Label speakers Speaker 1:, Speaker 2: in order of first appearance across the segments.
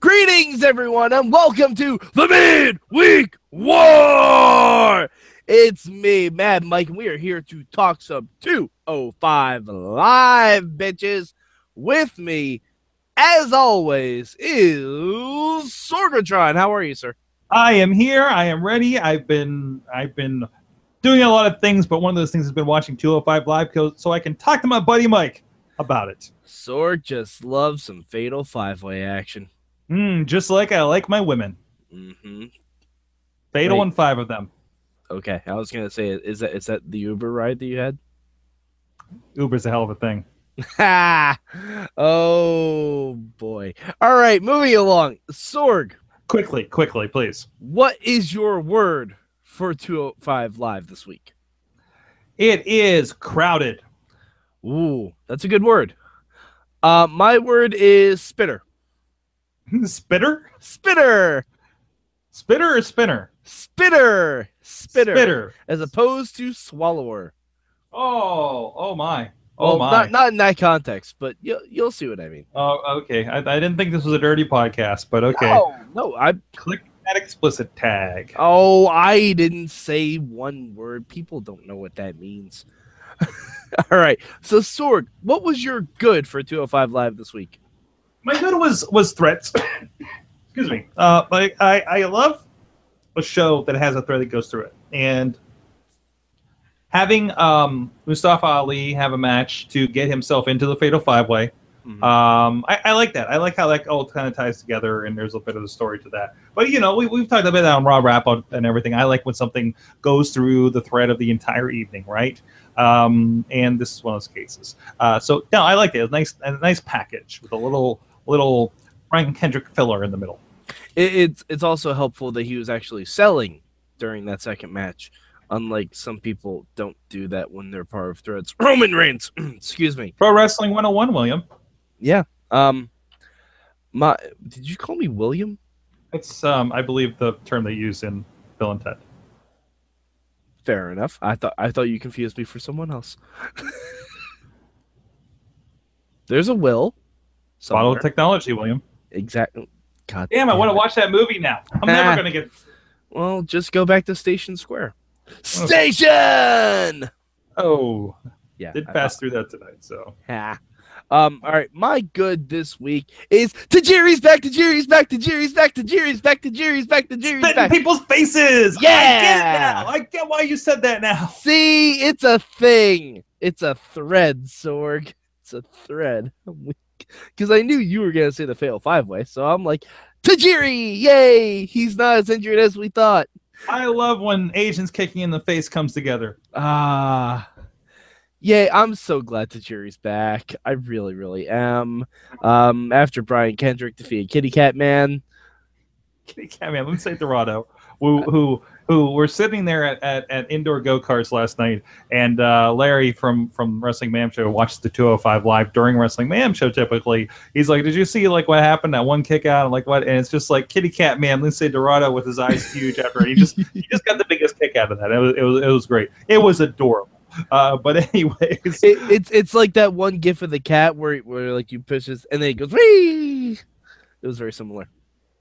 Speaker 1: Greetings, everyone, and welcome to the Midweek War. It's me, Mad Mike, and we are here to talk some 205 live, bitches. With me, as always, is Sorgatron. How are you, sir?
Speaker 2: I am here. I am ready. I've been I've been doing a lot of things, but one of those things has been watching 205 Live co- so I can talk to my buddy Mike about it.
Speaker 1: Sorg just loves some fatal five way action.
Speaker 2: Mm, just like I like my women,
Speaker 1: hmm
Speaker 2: fatal
Speaker 1: Wait.
Speaker 2: and five of them.
Speaker 1: Okay, I was gonna say, is that is that the Uber ride that you had?
Speaker 2: Uber's a hell of a thing.
Speaker 1: Ha! Oh boy. All right, moving along. Sorg,
Speaker 2: Quickly, quickly, please.
Speaker 1: what is your word for 205 Live this week?
Speaker 2: It is crowded.
Speaker 1: Ooh, that's a good word. Uh, my word is spitter.
Speaker 2: Spitter,
Speaker 1: Spitter!
Speaker 2: spitter, or spinner,
Speaker 1: Spitter! Spitter!
Speaker 2: spitter.
Speaker 1: As opposed to swallower.
Speaker 2: Oh, oh my, oh
Speaker 1: Well,
Speaker 2: my.
Speaker 1: Not, not in that context, but you, you'll see what I mean.
Speaker 2: oh, okay. I, I didn't think this was a dirty podcast, but okay.
Speaker 1: No, Oh, no, I
Speaker 2: Click that explicit tag.
Speaker 1: Oh, I didn't say one word. People don't know what that means. All right. So, Sorg, what was your good for 205 Live this week?
Speaker 2: my good was was threats. Excuse me. Uh, but I I love a show that has a thread that goes through it, and having um, Mustafa Ali have a match to get himself into the Fatal Five Way.
Speaker 1: Mhm.
Speaker 2: Um, I, I like that. I like how that all kind of ties together, and there's a bit of a story to that. But you know, we, we've talked about that on Raw Wrap Up and everything. I like when something goes through the thread of the entire evening, right? Um, and this is one of those cases. Uh, so no, I like it. It's nice, a nice package with a little little Frank Kendrick filler in the middle.
Speaker 1: It, it's it's also helpful that he was actually selling during that second match, unlike some people don't do that when they're part of threats. Roman Reigns, excuse me.
Speaker 2: Pro Wrestling 101, William.
Speaker 1: Yeah. Um, my did you call me William?
Speaker 2: That's um, I believe the term they use in Bill and Ted.
Speaker 1: Fair enough. I thought I thought you confused me for someone else. There's a will.
Speaker 2: Bottle
Speaker 1: somewhere.
Speaker 2: of technology, William.
Speaker 1: Exactly. God
Speaker 2: Damn, I want to watch that movie now. I'm never gonna get.
Speaker 1: Well, just go back to Station Square. Station.
Speaker 2: Oh,
Speaker 1: Yeah.
Speaker 2: did
Speaker 1: I-
Speaker 2: pass through that tonight. So
Speaker 1: Ha. Um. All right. My good this week is Tajiri's back. Tajiri's back. Tajiri's back. Tajiri's back. Tajiri's back. Tajiri's
Speaker 2: spit in
Speaker 1: back.
Speaker 2: people's faces. I get it
Speaker 1: Yeah!
Speaker 2: now. I get why you said that now.
Speaker 1: See, it's a thing. It's a thread, Sorg. It's a thread. Because I knew you were gonna say the fail five way, so I'm like, Tajiri, yay! He's not as injured as we thought.
Speaker 2: I love when Asians kicking in the face comes together.
Speaker 1: Ah, yeah, I'm so glad the jury's back. I really, really am. Um, after Brian Kendrick defeated Kitty Cat Man,
Speaker 2: Kitty Cat Man, let's say Dorado, who who who were sitting there at, at, at indoor go karts last night, and uh, Larry from from Wrestling Mayhem Show watched the 205 live during Wrestling Mayhem Show. Typically, he's like, "Did you see like what happened? That one kick out, and like what?" And it's just like Kitty Cat Man, Lindsay Dorado with his eyes huge after it. he just he just got the biggest kick out of that. It was it was, it was great. It was adorable. Uh, but anyways,
Speaker 1: it, it's it's like that one GIF of the cat where where like you push his and then it goes wee. It was very similar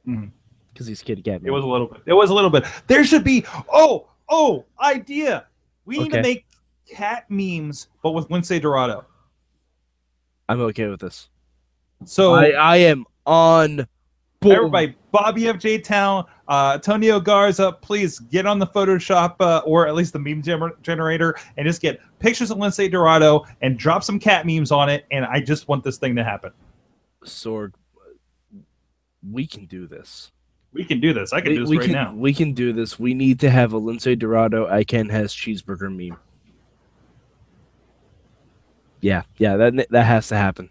Speaker 2: Mhm.
Speaker 1: because he's Kitty Cat Man.
Speaker 2: It was a little bit. It was a little bit. There should be oh oh idea. We need
Speaker 1: Okay.
Speaker 2: to make cat memes, but with Lindsay Dorado.
Speaker 1: I'm okay with this.
Speaker 2: So
Speaker 1: I I am on board.
Speaker 2: everybody, Bobby FJ Town, uh, Antonio Garza, please get on the Photoshop uh, or at least the meme gener- generator and just get pictures of Lindsay Dorado and drop some cat memes on it. And I just want this thing to happen.
Speaker 1: Sorg. We can do this.
Speaker 2: We can do this. I can
Speaker 1: we,
Speaker 2: do this
Speaker 1: we
Speaker 2: right
Speaker 1: can,
Speaker 2: now.
Speaker 1: We can do this. We need to have a Lindsay Dorado I can has cheeseburger meme. Yeah, yeah, that ne- that has to happen.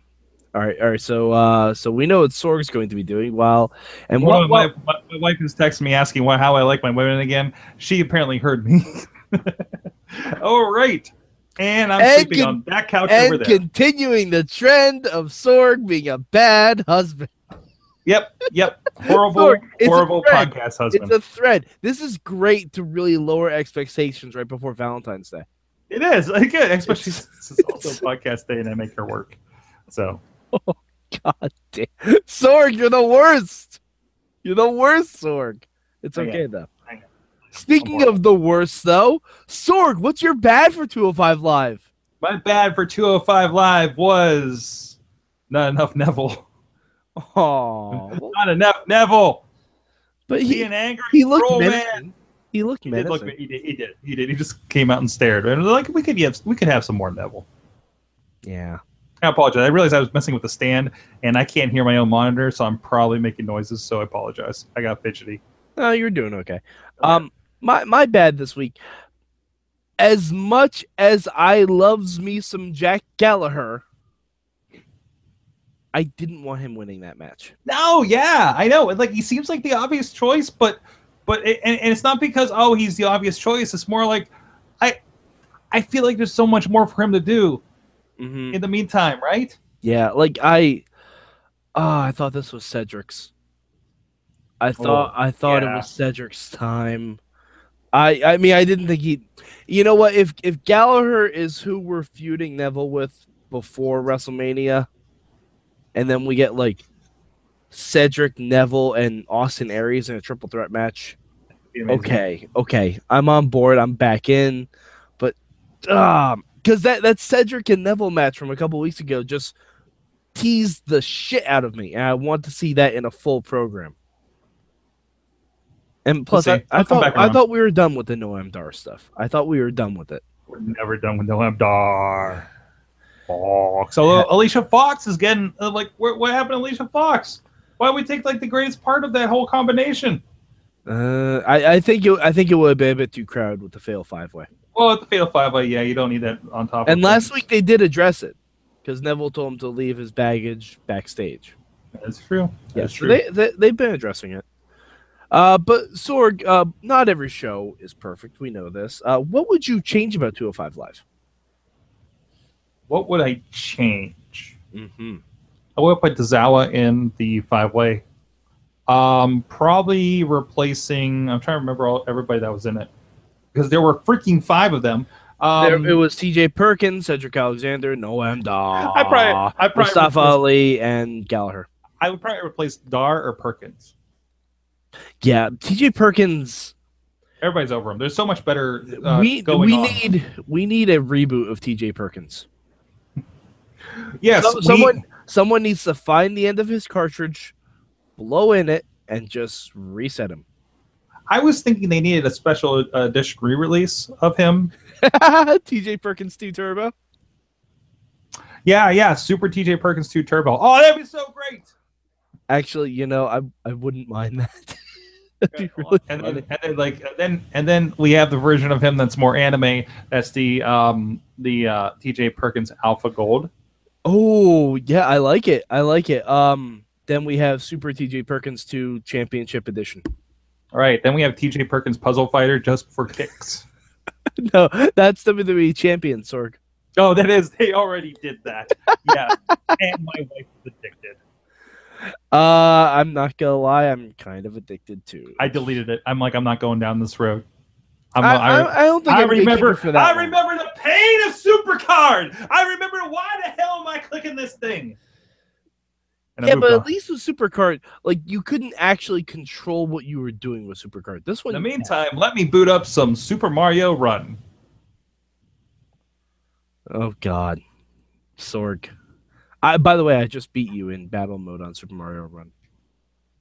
Speaker 1: All right, all right. So, uh, so we know what Sorg's going to be doing. While and
Speaker 2: One
Speaker 1: what,
Speaker 2: of my, my, my wife is texting me asking why, how I like my women again. She apparently heard me. All right. And I'm
Speaker 1: And
Speaker 2: sleeping
Speaker 1: con-
Speaker 2: on that couch over
Speaker 1: and
Speaker 2: there.
Speaker 1: continuing the trend of Sorg being a bad husband.
Speaker 2: yep. Yep. Horrible,
Speaker 1: Sorry, it's a
Speaker 2: horrible
Speaker 1: thread.
Speaker 2: podcast
Speaker 1: It's
Speaker 2: husband.
Speaker 1: a thread. This is great to really lower expectations right before Valentine's Day.
Speaker 2: it is. Again, especially
Speaker 1: It's-
Speaker 2: since it's also podcast day and I make her work. So
Speaker 1: God damn, Sorg, you're the worst. You're the worst, Sorg. It's
Speaker 2: I know.
Speaker 1: okay though.
Speaker 2: Oh, I know.
Speaker 1: Speaking
Speaker 2: I'm
Speaker 1: of the worst though, Sorg, what's your bad for 205 Live?
Speaker 2: My bad for 205 Live was not enough Neville.
Speaker 1: Oh,
Speaker 2: Not enough Neville.
Speaker 1: but
Speaker 2: He
Speaker 1: he
Speaker 2: an angry
Speaker 1: he looked
Speaker 2: troll man.
Speaker 1: menacing. He looked
Speaker 2: He did, look,
Speaker 1: menacing.
Speaker 2: he did. He did. He did. He just came out and stared. And like we could have, we could have some more Neville.
Speaker 1: yeah.
Speaker 2: I apologize. I realized I was messing with the stand, and I can't hear my own monitor, so I'm probably making noises. So I apologize. I got fidgety.
Speaker 1: No, you're doing okay. Um, my my bad this week. As much as I loves me some Jack Gallagher, I didn't want him winning that match.
Speaker 2: No, yeah, I know. Like he seems like the obvious choice, but but it, and, and it's not because oh he's the obvious choice. It's more like I I feel like there's so much more for him to do
Speaker 1: Mm-hmm.
Speaker 2: in the meantime, right?
Speaker 1: Yeah, like I, ah, I thought this was Cedric's. I thought I thought
Speaker 2: yeah.
Speaker 1: it was Cedric's time. I I mean I didn't think he. You know what? If if Gallagher is who we're feuding Neville with before WrestleMania, and then we get like Cedric Neville and Austin Aries in a triple threat match. Okay, okay, I'm on board. I'm back in, but um, because that that Cedric and Neville match from a couple weeks ago just teased the shit out of me, and I want to see that in a full program. And plus,
Speaker 2: see.
Speaker 1: I, I
Speaker 2: I'll come
Speaker 1: thought
Speaker 2: back
Speaker 1: I
Speaker 2: around.
Speaker 1: thought we were done with the Noam Dar stuff. I thought we were done with it.
Speaker 2: We're never done with Noam Dar. Fox. Although uh, Alicia Fox is getting uh, like, what, what happened to Alicia Fox? Why would we take like the greatest part of that whole combination?
Speaker 1: Uh, I, I think it I think it would have been a bit too crowded with the fail five way.
Speaker 2: Well, at the Fatal Five, like, yeah, you don't need that on top.
Speaker 1: And
Speaker 2: of
Speaker 1: last week they did address it because Neville told him to leave his baggage backstage.
Speaker 2: that's true. That's
Speaker 1: so
Speaker 2: true.
Speaker 1: They, they they've been addressing it. Uh, but Sorg, uh, not every show is perfect. We know this. Uh, what would you change about 205 Live?
Speaker 2: what would I change?
Speaker 1: Mm-hmm.
Speaker 2: I would put Dazawa in the five way. Um, probably replacing. I'm trying to remember all everybody that was in it because there were freaking five of them. Um,
Speaker 1: it was T.J. Perkins, Cedric Alexander, Noam Dar,
Speaker 2: I probably, I probably,
Speaker 1: Mustafa
Speaker 2: replace-
Speaker 1: Ali, and Gallagher.
Speaker 2: I would probably replace Dar or Perkins.
Speaker 1: Yeah, T.J. Perkins.
Speaker 2: Everybody's over him. There's so much better. Uh,
Speaker 1: we
Speaker 2: going
Speaker 1: we
Speaker 2: on.
Speaker 1: need we need a reboot of T.J. Perkins.
Speaker 2: yes,
Speaker 1: Some-
Speaker 2: we-
Speaker 1: someone someone needs to find the end of his cartridge, blow in it, and just reset him.
Speaker 2: I was thinking they needed a special uh, dish re-release of him.
Speaker 1: T.J. Perkins 2 Turbo.
Speaker 2: Yeah, yeah, Super TJ Perkins 2 Turbo. Oh, that'd be so great.
Speaker 1: Actually, you know, I I wouldn't mind that. That'd be
Speaker 2: Yeah,
Speaker 1: really
Speaker 2: and,
Speaker 1: funny.
Speaker 2: then, and then like and then and then we have the version of him that's more anime. That's the um the uh TJ Perkins Alpha Gold.
Speaker 1: Oh yeah, I like it. I like it. Um, then we have Super TJ Perkins two Championship Edition.
Speaker 2: All right, then we have TJ Perkins Puzzle Fighter just for kicks.
Speaker 1: no, that's WWE Champion Sorg.
Speaker 2: oh, that is they already did that. Yeah, and my wife is addicted.
Speaker 1: Uh, I'm not gonna lie, I'm kind of addicted to.
Speaker 2: I deleted it. I'm like, I'm not going down this road. I'm,
Speaker 1: I,
Speaker 2: I,
Speaker 1: I, I don't think
Speaker 2: I
Speaker 1: I'm gonna keep
Speaker 2: remember.
Speaker 1: it for that.
Speaker 2: I
Speaker 1: long.
Speaker 2: remember the pain of Supercard. I remember why the hell am I clicking this thing? And I
Speaker 1: Yeah,
Speaker 2: moved
Speaker 1: but
Speaker 2: on.
Speaker 1: at least with Supercard, like you couldn't actually control what you were doing with Supercard. This one,
Speaker 2: In the meantime, let me boot up some Super Mario Run.
Speaker 1: Oh God, Sorg. I by the way, I just beat you in battle mode on Super Mario Run.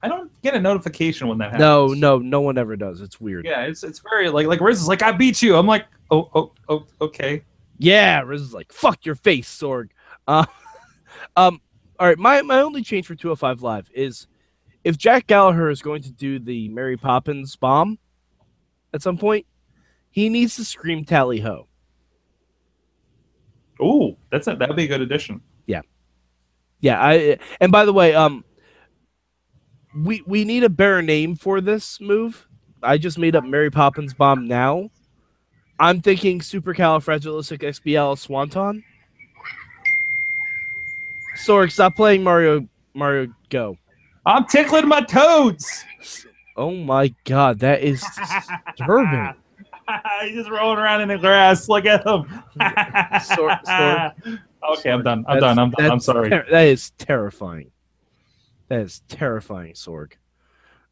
Speaker 2: I don't get a notification when that happens.
Speaker 1: No, no, no one ever does. It's weird.
Speaker 2: Yeah, it's it's very like like Riz is like I beat you. I'm like oh oh oh okay.
Speaker 1: Yeah, Riz is like, fuck your face, Sorg. Uh, um, all right, my, my only change for 205 Live is if Jack Gallagher is going to do the Mary Poppins bomb at some point, he needs to scream tally ho.
Speaker 2: Ooh, that's a, that'd be a good addition.
Speaker 1: Yeah, I and by the way, um we we need a better name for this move. I just made up Mary Poppins bomb now. I'm thinking supercalifragilisticexpial swanton. Sorg, stop playing Mario Mario Go.
Speaker 2: I'm tickling my toads.
Speaker 1: Oh my god, that is disturbing.
Speaker 2: He's just rolling around in the grass. Look at him.
Speaker 1: Sor-
Speaker 2: okay, I'm done.
Speaker 1: That's-
Speaker 2: I'm done. I'm done. I'm
Speaker 1: that's
Speaker 2: sorry.
Speaker 1: ter- that is terrifying. That is terrifying, Sorg.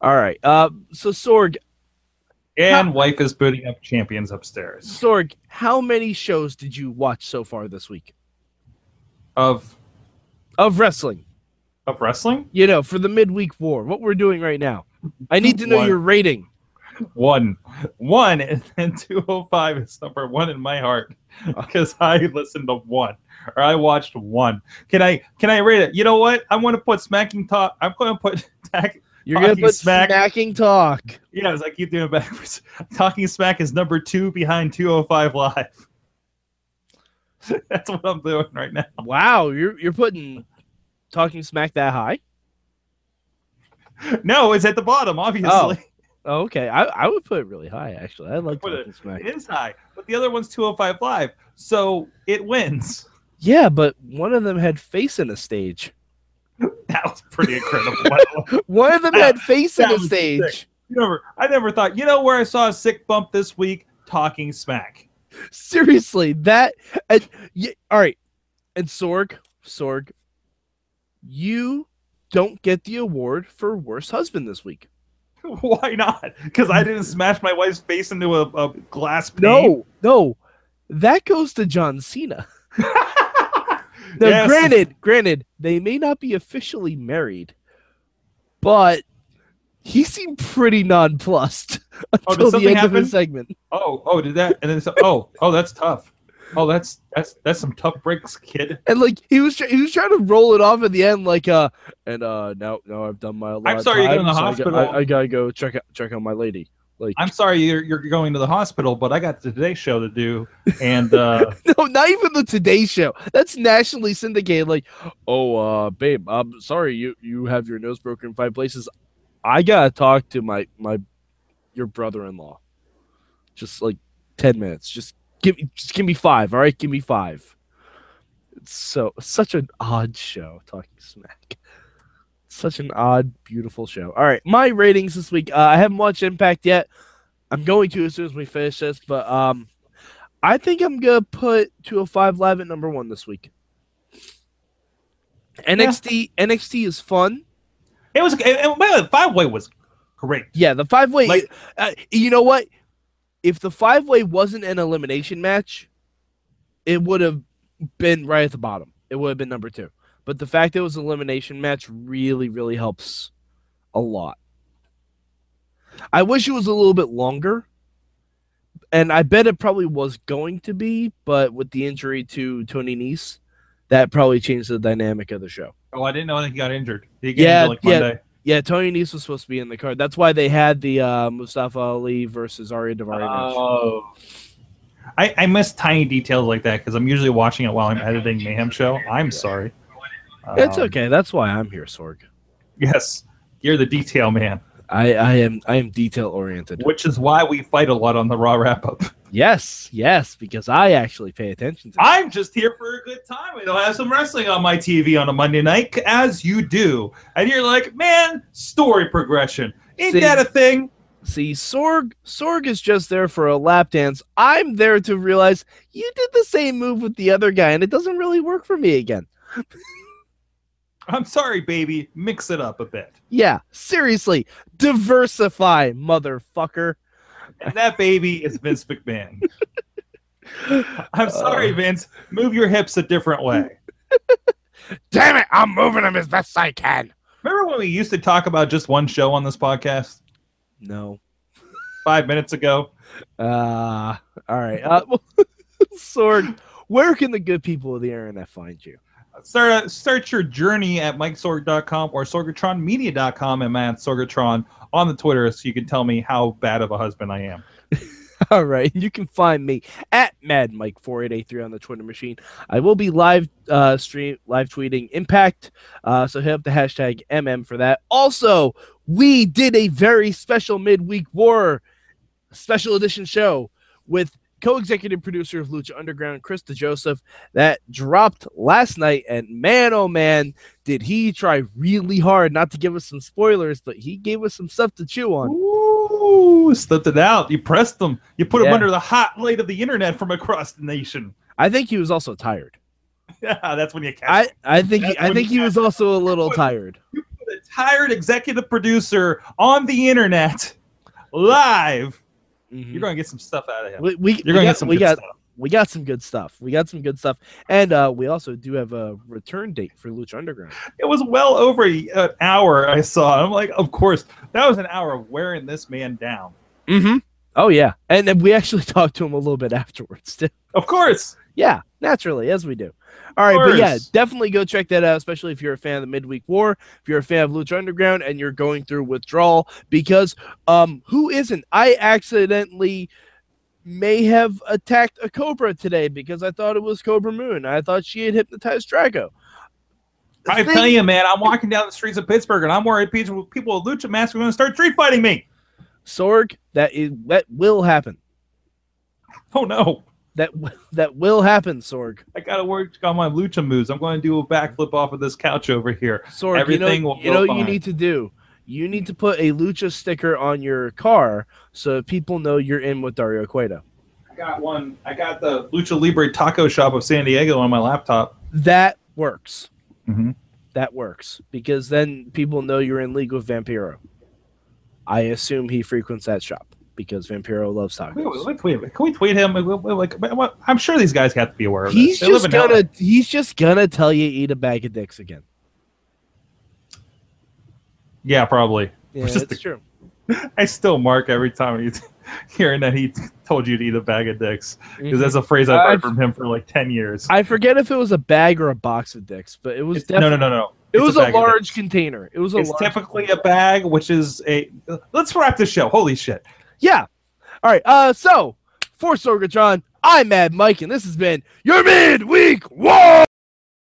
Speaker 1: All right. Uh, so Sorg,
Speaker 2: And wife is booting up champions upstairs.
Speaker 1: Sorg, how many shows did you watch so far this week
Speaker 2: Of
Speaker 1: of wrestling?
Speaker 2: of wrestling?
Speaker 1: You know, for the midweek war, what we're doing right now. I need to know
Speaker 2: One.
Speaker 1: your rating.
Speaker 2: One. One and then two oh five is number one in my heart. Because I listened to one. Or I watched one. Can I can I rate it? You know what? I'm gonna put smacking talk I'm gonna put tack
Speaker 1: You're gonna
Speaker 2: Talking
Speaker 1: put
Speaker 2: smack.
Speaker 1: smacking talk.
Speaker 2: yeah, as I keep doing it backwards. Talking smack is number two behind two oh five live. That's what I'm doing right now.
Speaker 1: Wow, you're you're putting talking smack that high.
Speaker 2: No, it's at the bottom, obviously.
Speaker 1: Oh, okay, I, I would put it really high actually. I like
Speaker 2: Put it-
Speaker 1: talking smack.
Speaker 2: It is high, but the other one's 205 live, so it wins.
Speaker 1: Yeah, but one of them had face in a stage.
Speaker 2: That was pretty incredible. by the way.
Speaker 1: One of them had face in
Speaker 2: that
Speaker 1: a
Speaker 2: was
Speaker 1: stage.
Speaker 2: You never, I never thought. You know where I saw a sick bump this week? Talking smack.
Speaker 1: Seriously, that. And, y- all right, and Sorg, Sorg, you don't get the award for worst husband this week.
Speaker 2: Why not? Because I didn't smash my wife's face into a, a glass pane.
Speaker 1: No, no, that goes to John Cena. Now,
Speaker 2: Yes.
Speaker 1: granted, granted, they may not be officially married, but he seemed pretty nonplussed
Speaker 2: Oh,
Speaker 1: until
Speaker 2: did
Speaker 1: the
Speaker 2: something
Speaker 1: end of
Speaker 2: happen?
Speaker 1: his segment.
Speaker 2: Oh, oh, did that? And then so, oh, oh, that's tough. Oh, that's that's that's some tough breaks, kid.
Speaker 1: And like he was, try- he was trying to roll it off at the end, like uh, and uh, now now I've done my. allotted
Speaker 2: sorry you're
Speaker 1: time,
Speaker 2: going to the
Speaker 1: so I go- I-
Speaker 2: hospital.
Speaker 1: I, gotta go check out, check on my lady. Like
Speaker 2: I'm sorry you're, you're going to the hospital, but I got the Today Show to do, and uh,
Speaker 1: no, not even the Today Show. That's nationally syndicated. Like, oh, uh, babe, I'm sorry you you have your nose broken in five places. I gotta talk to my my your brother-in-law. Just like ten minutes. Just give me just give me five. All right, give me five. It's so such an odd show. Talking smack. Such an odd, beautiful show. All right, my ratings this week. Uh, I haven't watched Impact yet. I'm going to as soon as we finish this, but um, I think I'm gonna put 205 Live at number one this week. NXT NXT is fun.
Speaker 2: it was. And, and by the way, Five Way was great.
Speaker 1: Yeah, the five way.
Speaker 2: Like-
Speaker 1: uh, you know what? If the five way wasn't an elimination match, it would have been right at the bottom. It would have been number two. But the fact that it was an elimination match really, really helps a lot. I wish it was a little bit longer. And I bet it probably was going to be, but with the injury to Tony Nese, that probably changed the dynamic of the show.
Speaker 2: Oh, I didn't know that he got injured. Did he get
Speaker 1: Yeah,
Speaker 2: injured like
Speaker 1: yeah.
Speaker 2: Monday?
Speaker 1: Yeah, Tony Nese was supposed to be in the card. That's why they had the uh, Mustafa Ali versus Aria Davari match.
Speaker 2: Oh. I, I miss tiny details like that because I'm usually watching it while I'm editing Mayhem Show. I'm sorry.
Speaker 1: It's
Speaker 2: Um,
Speaker 1: okay. That's why I'm here, Sorg.
Speaker 2: Yes, you're the detail man,
Speaker 1: I, I am I am detail oriented.
Speaker 2: which is why we fight a lot on the Raw wrap up.
Speaker 1: Yes, yes, because I actually pay attention to.
Speaker 2: I'm just here for a good time. I don't have some wrestling on my TV on a Monday night, as you do. And you're like, man, story progression. Ain't
Speaker 1: See-
Speaker 2: that a thing?
Speaker 1: See, Sorg Sorg is just there for a lap dance. I'm there to realize you did the same move with the other guy, and it doesn't really work for me again.
Speaker 2: I'm sorry, baby. Mix it up a bit.
Speaker 1: Yeah, seriously, diversify, motherfucker.
Speaker 2: And that baby is Vince McMahon.
Speaker 1: Uh,
Speaker 2: I'm sorry, Vince. Move your hips a different way.
Speaker 1: Damn it, I'm moving him as best I can.
Speaker 2: Remember when we used to talk about just one show on this podcast
Speaker 1: No.
Speaker 2: five minutes ago?
Speaker 1: Uh, all right. Uh, Sorg, where can the good people of the internet find you?
Speaker 2: Start, start your journey at mikesorg.com or sorgatronmedia.com and Matt Sorgatron on the Twitter so you can tell me how bad of a husband I am.
Speaker 1: All right. You can find me at MadMike4883 on the Twitter machine. I will be live uh, stream live tweeting Impact. Uh, so hit up the hashtag MM for that. Also, we did a very special midweek war special edition show with co-executive producer of Lucha Underground, Chris DeJoseph, that dropped last night. And man, oh man, did he try really hard not to give us some spoilers, but he gave us some stuff to chew on.
Speaker 2: Ooh, slipped it out. You pressed them. You put
Speaker 1: Yeah.
Speaker 2: them under the hot light of the internet from across the nation.
Speaker 1: I think he was also tired.
Speaker 2: Yeah, that's when you catch
Speaker 1: I, I think he,
Speaker 2: That's
Speaker 1: I
Speaker 2: when
Speaker 1: think
Speaker 2: you
Speaker 1: he was also a little tired.
Speaker 2: the hired executive producer on the internet, live. You're going to get some stuff out of him.
Speaker 1: We, we,
Speaker 2: You're
Speaker 1: we
Speaker 2: going to
Speaker 1: got,
Speaker 2: get some
Speaker 1: we
Speaker 2: good
Speaker 1: got
Speaker 2: stuff.
Speaker 1: we got some good stuff. We got some good stuff, and uh, we also do have a return date for Lucha Underground.
Speaker 2: It was well over a- an hour. I saw. I'm like, of course, that was an hour of wearing this man down.
Speaker 1: Mm-hmm. Oh yeah, and then we actually talked to him a little bit afterwards too.
Speaker 2: Of course,
Speaker 1: Yeah, naturally, as we do. All right, but yeah,
Speaker 2: course.
Speaker 1: definitely go check that out, especially if you're a fan of the Midweek War, if you're a fan of Lucha Underground, and you're going through withdrawal. Because um, who isn't? I accidentally may have attacked a cobra today because I thought it was Cobra Moon. I thought she had hypnotized Drago. The
Speaker 2: I
Speaker 1: thing-
Speaker 2: tell you, man, I'm walking down the streets of Pittsburgh, and I'm worried people people with lucha masks are going to start street fighting me.
Speaker 1: Sorg, that is that will happen.
Speaker 2: Oh no,
Speaker 1: That w- that will happen, Sorg.
Speaker 2: I got to work on my lucha moves. I'm going to do a backflip off of this couch over here.
Speaker 1: Sorg, you
Speaker 2: Everything
Speaker 1: know,
Speaker 2: will
Speaker 1: you know
Speaker 2: go
Speaker 1: what you
Speaker 2: fine.
Speaker 1: need to do. You need to put a lucha sticker on your car so that people know you're in with Dario Cueto.
Speaker 2: I got one. I got the Lucha Libre Taco Shop of San Diego on my laptop.
Speaker 1: That works.
Speaker 2: Mhm.
Speaker 1: That works because then people know you're in league with Vampiro. I assume he frequents that shop because Vampiro loves
Speaker 2: Wait, wait,
Speaker 1: tacos.
Speaker 2: wait, wait, wait, Can we tweet him? Like, what- what- what- what- I'm sure these guys have to be aware of
Speaker 1: He's
Speaker 2: this. They live
Speaker 1: just
Speaker 2: in LA.
Speaker 1: gonna he's just gonna tell you eat a bag of dicks again.
Speaker 2: Yeah, probably.
Speaker 1: Yeah,
Speaker 2: Just
Speaker 1: that's true.
Speaker 2: I still mark every time he's hearing that he told you to eat a bag of dicks because that's a phrase I've heard
Speaker 1: I've-
Speaker 2: from him for like ten years.
Speaker 1: Mm-hmm. I forget if it was a bag or a box of dicks, but it was
Speaker 2: It's- no,
Speaker 1: definitely
Speaker 2: no, no, no.
Speaker 1: it
Speaker 2: It's
Speaker 1: was a,
Speaker 2: bag of
Speaker 1: large
Speaker 2: dicks.
Speaker 1: container. It was a
Speaker 2: It's
Speaker 1: large
Speaker 2: typically a bag, which is a. Let's wrap the show. Holy shit!
Speaker 1: Yeah. All right. Uh, so for Sorgatron, I'm Mad Mike, and this has been your midweek war.